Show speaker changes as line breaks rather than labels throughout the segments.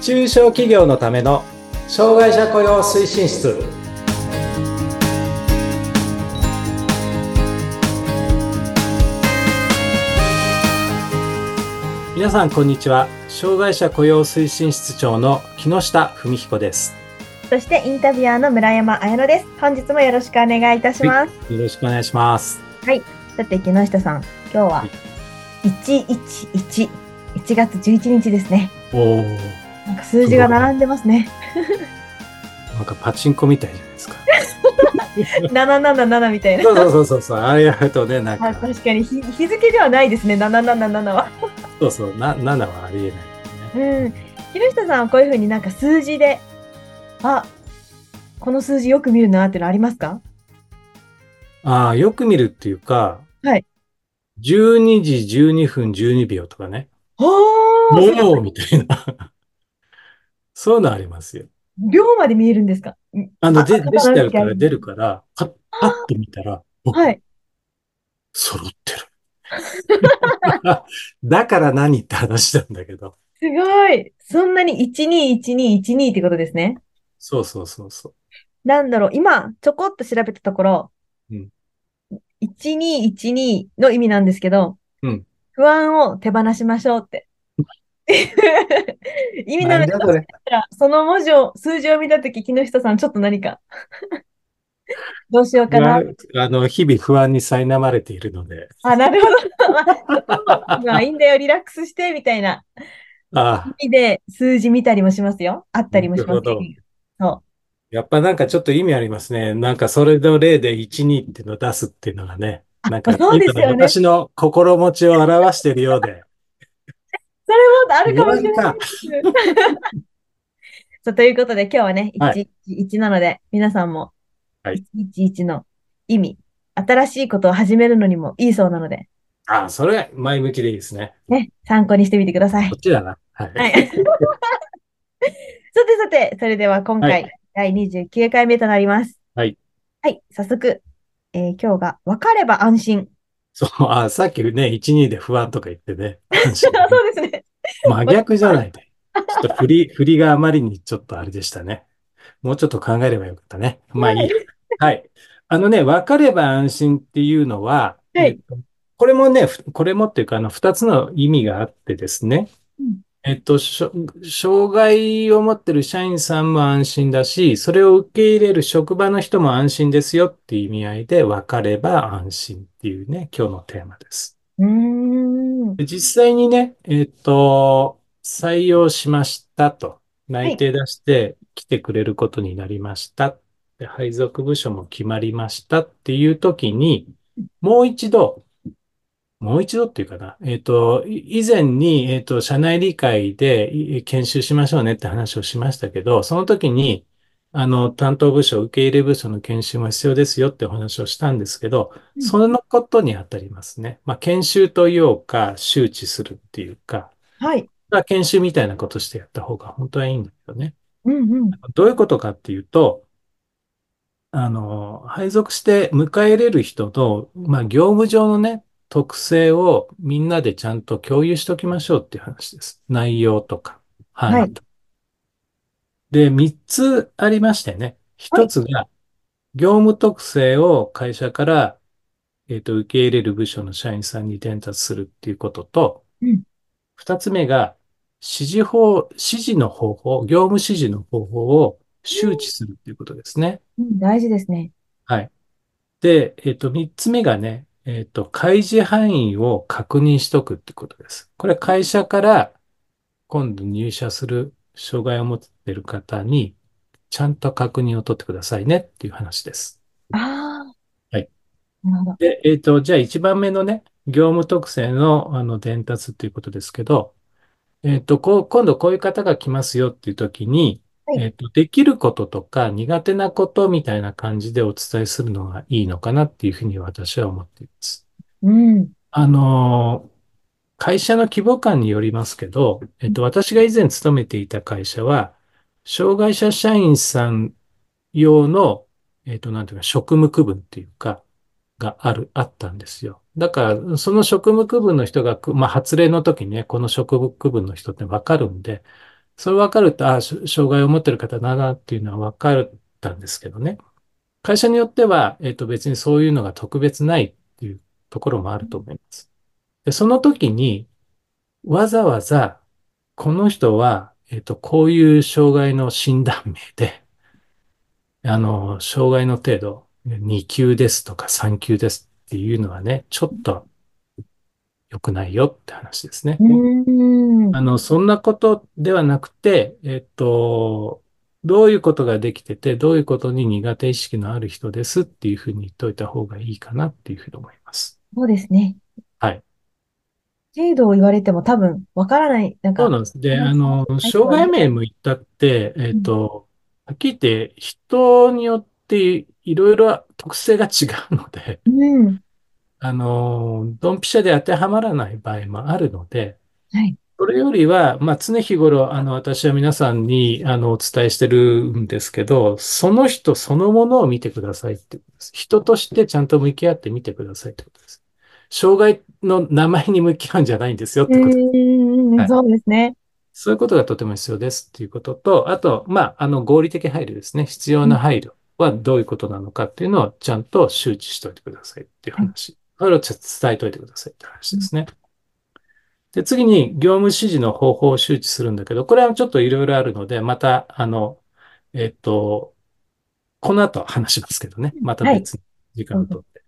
中小企業のための障害者雇用推進室皆さんこんにちは障害者雇用推進室長の木下文彦です
そしてインタビュアーの村山彩乃です。本日もよろしくお願いいたします。
よろしくお願いします
さて、木下さん、今日
は
はい1111、1月11日ですね。
おお
なんか数字が並んでますね。
なんかパチンコみたいじゃないですか
777みたい な。
そうそうそうそうそうあれやるとねなん
あ
か
確かに日日付ではないですね、777は。
そうそうな7はありえない
うん。木下さんはこういうふうになんか数字で、あ、この数字よく見るなっていうのありますか
ああ、よく見るっていうか、
はい。
12時12分12秒とかね。
おー
もうみたいな。 そういうのありますよ。
秒まで見えるんですかん
あの、で、
あ
デジタルか
あ
ら出るから、パッ、パッと見たら、お
はい。
揃ってる。 だから何って話なんだけど。
すごい。そんなに121212ってことですね。
そうそうそうそう。
なんだろう、今、ちょこっと調べたところ、
うん
1212の意味なんですけど、
うん
不安を手放しましょうって。 意味な
なんだ
のか
これ。
その文字を、数字を見たとき、木下さん、ちょっと何か、 どうしようかな。
あの、日々不安に苛まれているので。
あ、なるほど。まあまあ、いいんだよ、リラックスして、みたいな
ああ、
意味で、数字見たりもしますよ。あったりもします
なるほど。
そ
やっぱなんかちょっと意味ありますね。なんかそれの例で12っていうのを出すっていうのがね。なんか
そうですよね
今の私の心持ちを表しているようで。
う。ちょっとあるかもしれない。
弱いか
そうということで今日はね、
は
111なので、皆さんも、
はい
111の意味、新しいことを始めるのにもいいそうなので、
ああ、それ前向きでいいですね。
ね、参考にしてみてください
こ。っちだな。はい。
はい。 さてさて、それでは今回、
は
第29回目となります。
はい。
はい、早速、えー今日が分かれば安 心。
そう、ああ、さっきね、12で不安とか言って ね。
あそうですね。
真逆じゃないで。ちょっと振り、振りがあまりにちょっとあれでしたね。もうちょっと考えればよかったね。まあいいや。はい。あのね、分かれば安心っていうのは、
はい
えっとこれもね、ふこれもっていうか、あの、二つの意味があってですね
うん。
えっと、しょ障害を持ってる社員さんも安心だし、それを受け入れる職場の人も安心ですよっていう意味合いで、分かれば安心っていうね、今日のテーマです。
うーん。
で実際にね、えっと、採用しましたと、内定出して来てくれることになりました。で、配属部署も決まりましたっていう時に、もう一度、もう一度っていうかな、えっと、い以前に、えっと、社内理解でい研修しましょうねって話をしましたけど、その時に、あの、担当部署、受け入れ部署の研修も必要ですよってお話をしたんですけど、
うん
そのことにあたりますね。まあ、研修というか、周知するっていうか、
はい。
まあ、研修みたいなことしてやった方が本当はいいんだけどね。
うんうん。
どういうことかっていうと、あの、配属して迎え入れる人の、まあ、業務上のね、特性をみんなでちゃんと共有しておきましょうっていう話です。内容とか、範囲とか。で、3つありましてね。1つが、業務特性を会社から、えっと、受け入れる部署の社員さんに伝達するっていうことと
うん、
2つ目が、指示法、指示の方法、業務指示の方法を周知するっていうことですね。
うん大事ですね。
はい。で、えっと、三つ目がね、えっと、開示範囲を確認しとくってことです。これ会社から今度入社する障害を持っている方に、ちゃんと確認を取ってくださいねっていう話です。
ああ。
はい。
なるほど。
で、えっと、じゃあ一番目のね、業務特性の、あの伝達っていうことですけど、えっと、こう、今度こういう方が来ますよっていう時に、
はい
えっと、できることとか苦手なことみたいな感じでお伝えするのがいいのかなっていうふうに私は思っています。
うん。
あのー会社の規模感によりますけど、えっと、私が以前勤めていた会社は、障害者社員さん用の、えっと、なんていうか、職務区分っていうか、がある、あったんですよ。だから、その職務区分の人がく、まあ、発令の時にね、この職務区分の人ってわかるんで、それわかると、ああ、障害を持ってる方だなっていうのはわかったんですけどね。会社によっては、えっと、別にそういうのが特別ないっていうところもあると思います。で、その時に、わざわざ、この人は、えっと、こういう障害の診断名で、あの、障害の程度、2級ですとか3級ですっていうのはね、ちょっと良くないよって話ですね。あの、そんなことではなくて、えっと、どういうことができてて、どういうことに苦手意識のある人ですっていうふうに言っといた方がいいかなっていうふうに思います。
そうですね。
はい。
程度を言われても多分わからない。なんか。
そうなんです。で、あの、障害名も言ったって、えっと、はっきり言って人によっていろいろ特性が違うので、
うん、
あの、ドンピシャで当てはまらない場合もあるので、
はい、
それよりは、まあ、常日頃、あの、私は皆さんに、あの、お伝えしてるんですけど、その人そのものを見てくださいってことです。人としてちゃんと向き合ってみてくださいってことです。障害の名前に向き合うんじゃないんですよってことです。
はい、そうですね。
そういうことがとても必要ですっていうことと、あと、まあ、あの、合理的配慮ですね。必要な配慮はどういうことなのかっていうのをちゃんと周知しておいてくださいっていう話。それをちょっと伝えておいてくださいって話ですね。で、次に業務指示の方法を周知するんだけど、これはちょっといろいろあるので、また、あの、えっと、この後話しますけどね。また別に時間をとって。はい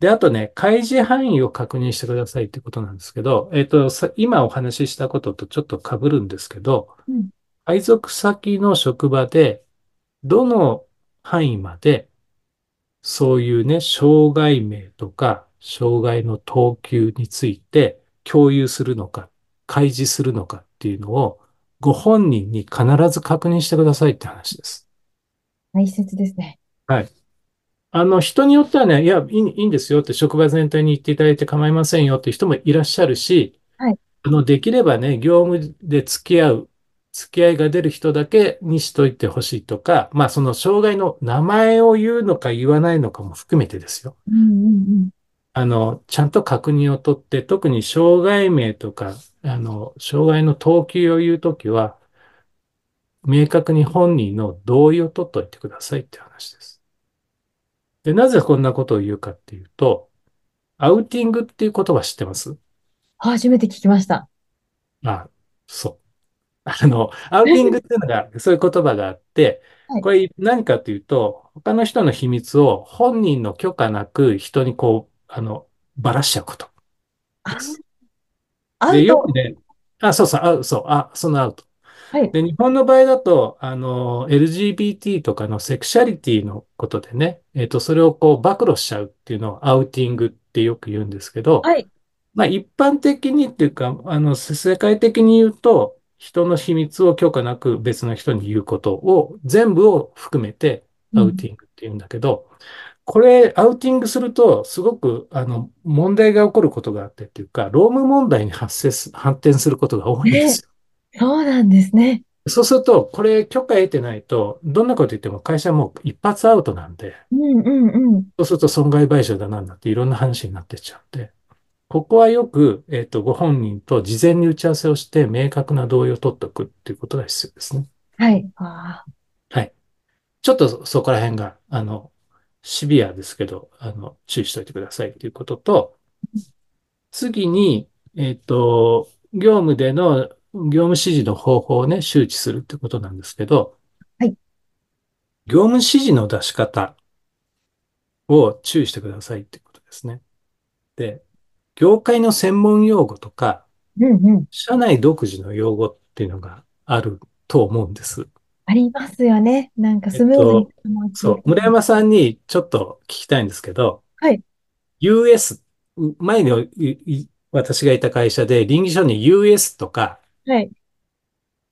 で、あとね、開示範囲を確認してくださいってことなんですけど、えっ、ー、と、今お話ししたこととちょっと被るんですけど、
うん、
配属先の職場で、どの範囲まで、そういうね、障害名とか、障害の等級について共有するのか、開示するのかっていうのを、ご本人に必ず確認してくださいって話です。
大切ですね。
はい。あの、人によってはね、いや、いいんですよって職場全体に言っていただいて構いませんよっていう人もいらっしゃるし、
はい、
あの、できればね、業務で付き合う、付き合いが出る人だけにしといてほしいとか、まあ、その障害の名前を言うのか言わないのかも含めてですよ。
うんうんうん、
あの、ちゃんと確認をとって、特に障害名とか、あの、障害の等級を言うときは、明確に本人の同意を取っといてくださいって話です。で、なぜこんなことを言うかっていうと、アウティングっていう言葉知ってます
初めて聞きました。
あ、そう。あの、アウティングっていうのが、そういう言葉があって、
はい、
これ何かというと、他の人の秘密を本人の許可なく人にこう、あの、ばらしちゃうことです。
アウト
で、ね、あ、そうそう、あ、そう、あ、そのアウト。
はい、
で、日本の場合だと、あの、LGBT とかのセクシャリティのことでね、えっ、ー、と、それをこう、暴露しちゃうっていうのをアウティングってよく言うんですけど、
はい、
まあ、一般的にっていうか、あの、世界的に言うと、人の秘密を許可なく別の人に言うことを、全部を含めてアウティングって言うんだけど、うん、これ、アウティングすると、すごく、あの、問題が起こることがあってっていうか、労務問題に発生す、発展することが多いんですよ。
えーそうなんですね。
そうすると、これ許可得てないと、どんなこと言っても会社もう一発アウトなんで、
うんうんうん。
そうすると損害賠償だなんだっていろんな話になってっちゃうんで、ここはよく、えっ、ー、と、ご本人と事前に打ち合わせをして、明確な同意を取っておくっていうことが必要ですね。。
はい。はい
ちょっとそこら辺が、あの、シビアですけど、あの、注意しておいてくださいっていうことと、次に、えっ、ー、と、業務での業務指示の方法をね、周知するってことなんですけど、
はい。
業務指示の出し方を注意してくださいってことですね。で、業界の専門用語とか、
うんうん、
社内独自の用語っていうのがあると思うんです。
ありますよね。なんかスムーズに、
えっと、そう、村山さんにちょっと聞きたいんですけど、
はい。
US、前に私がいた会社で、倫理書に US とか、
はい。、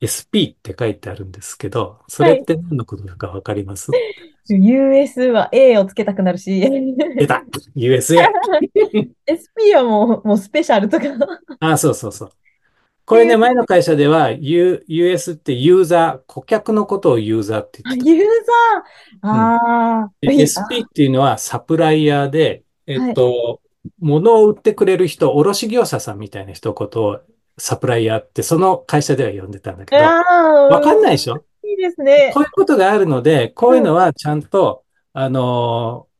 SP って書いてあるんですけど、それって何のことだかわかります、はい
?US は A をつけたくなるし。
出た !USA!
SP はもう、もうスペシャルとか。
あ、そうそうそう。これね、前の会社では、U、US ってユーザー、顧客のことをユーザーって言って
た。ユーザーああ、
うん、SP っていうのはサプライヤーで、えっと、物を売ってくれる人、卸業者さんみたいな一言をサプライヤーって、その会社では呼んでたんだけど、わ
ああ、
かんないで
し。
しょ
いいですね
こ。ういうことがあるので、こういうのはちゃんと、あのー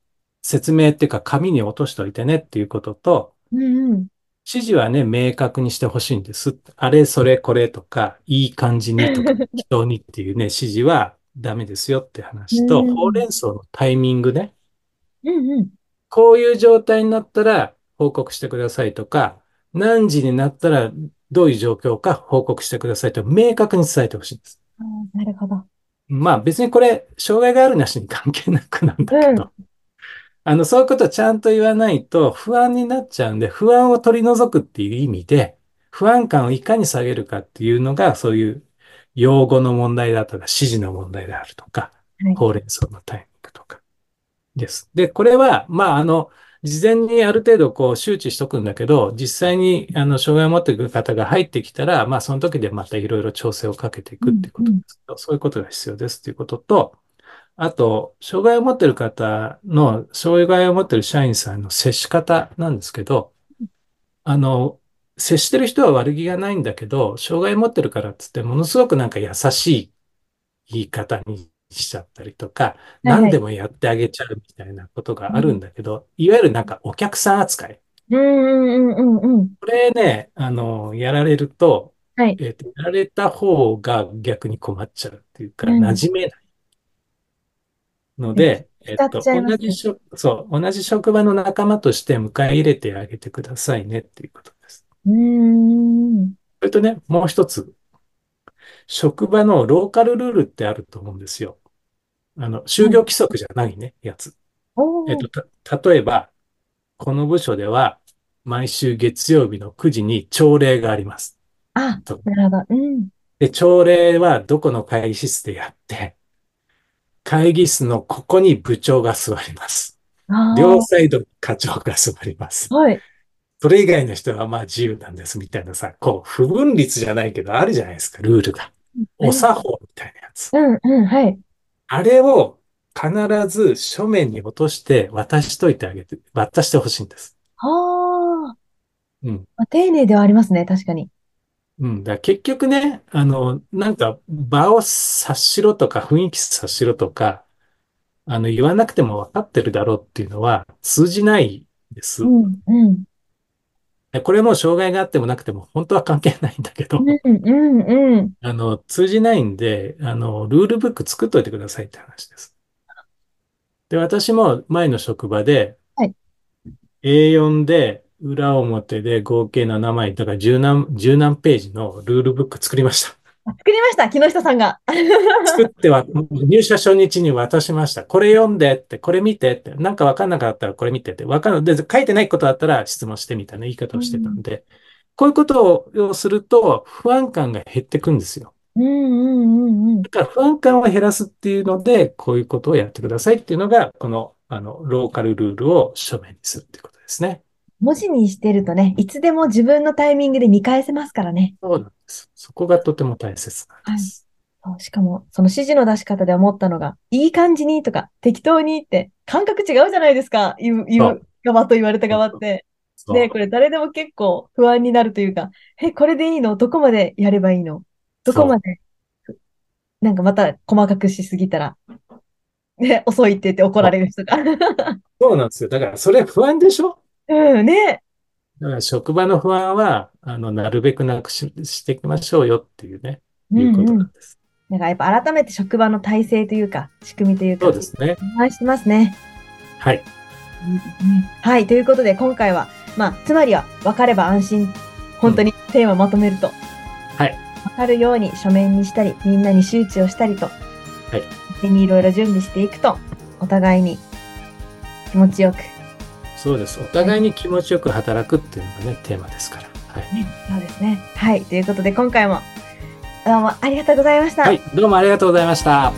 説明っていうか紙に落としといてねっていうことと、
うんうん。
指示はね、明確にしてほしいんです。あれ、それ、これとか、いい感じにと か、適当にっていうね、指示はダメですよって話と、
うん
ほうれん草のタイミングね。
うんうん。
こういう状態になったら報告してくださいとか、何時になったらどういう状況か報告してくださいと明確に伝えてほしいんです。
あーなるほど。
まあ別にこれ、障害があるなしに関係なくなんだけど、あの、そういうことをちゃんと言わないと不安になっちゃうんで、不安を取り除くっていう意味で、不安感をいかに下げるかっていうのが、そういう用語の問題だとか、指示の問題であるとか
はい、
ほうれん草のタイミングとかです。で、これは、まあ、あの、事前にある程度こう周知しとくんだけど、実際にあの障害を持っている方が入ってきたら、まあその時でまたいろいろ調整をかけていくっていうことですけど、そういうことが必要ですっていうことと、あと、障害を持っている方の、障害を持っている社員さんの接し方なんですけど、あの、接してる人は悪気がないんだけど、障害を持ってるからっつって、ものすごくなんか優しい言い方にしちゃったりとか、
いはい
何でもやってあげちゃうみたいなことがあるんだけど、いわゆるなんかお客さん扱い。
うんうんうんうんうん。
これね、あの、やられると、
はい
えっと、やられた方が逆に困っちゃうっていうか、
うん
馴染めない。ので、えっ
使っ
と、
ちゃいますね
同じ職、そう、同じ職場の仲間として迎え入れてあげてくださいねっていうことです。
うーん。
それとね、もう一つ。職場のローカルルールってあると思うんですよ。あの、就業規則じゃないね、やつ。
お
えっ
ー。
と、た、例えば、この部署では、毎週月曜日の9時に朝礼があります。
あ、
と
なるほど。うん。
で、朝礼はどこの会議室でやって、会議室のここに部長が座ります。
あ
両サイドに課長が座ります。
あ。はい。
それ以外の人はまあ自由なんですみたいなさ、こう、不分律じゃないけど、あるじゃないですか、ルールが。お作法みたいなやつ。
うんうん、はい。
あれを必ず書面に落として渡しといてあげて、渡してほしいんです。
はあ。
うん。
まあ丁寧ではありますね、確かに。
うん、だから結局ね、あの、なんか場を察しろとか雰囲気察しろとか、あの、言わなくても分かってるだろうっていうのは通じないです
う。ん、うん。
これも障害があってもなくても本当は関係ないんだけど、
うん、うん、うん。
あの、通じないんで、あの、ルールブック作っといてくださいって話です。で、私も前の職場で
はい
A4 で裏表で合計7枚、だから十何、十何ページのルールブック作りました。
あ作りました、木下さんが。
作っては、入社初日に渡しました。これ読んでって、これ見てって、なんかわかんなかったらこれ見てって、わかんない。で、書いてないことあったら質問してみたいな言い方をしてたんで、こういうことをすると不安感が減ってくんですよ。
うん、うん、うん、うん。
だから不安感を減らすっていうので、こういうことをやってくださいっていうのが、この、あの、ローカルルールを書面にするっていうことですね。
文字にしてるとね、いつでも自分のタイミングで見返せますからね。
そうなんです。そこがとても大切なんです。
そうしかも、その指示の出し方で思ったのが、いい感じにとか、適当にって、感覚違うじゃないですか、言う、言
そう
側と言われた側って。
そう
ね、これ誰でも結構不安になるというか、え、これでいいのどこまでやればいいのどこまで、なんかまた細かくしすぎたら、ね、遅いって言って怒られる 人が。
そうなんですよ。だから、それ不安でしょ
うん、ね。
だから職場の不安は、あの、なるべくなくし、していきましょうよっていうね、
うん
いうこと
うん
なんです。
なんかやっぱ改めて職場の体制というか、仕組みというか、
そうですね。
お願いしてますね。
はい。
はい、ということで今回は、まあ、つまりは分かれば安心。本当にテーマまとめると。
はい。。
分かるように書面にしたり、みんなに周知をしたりと。はい手にいろいろ準備していくと、お互いに気持ちよく。
そうです。お互いに気持ちよく働くっていうのがね、テーマですから。はい。
そうですね。はい、ということで今回も、どうもありがとうございました。
はい。どうもありがとうございました。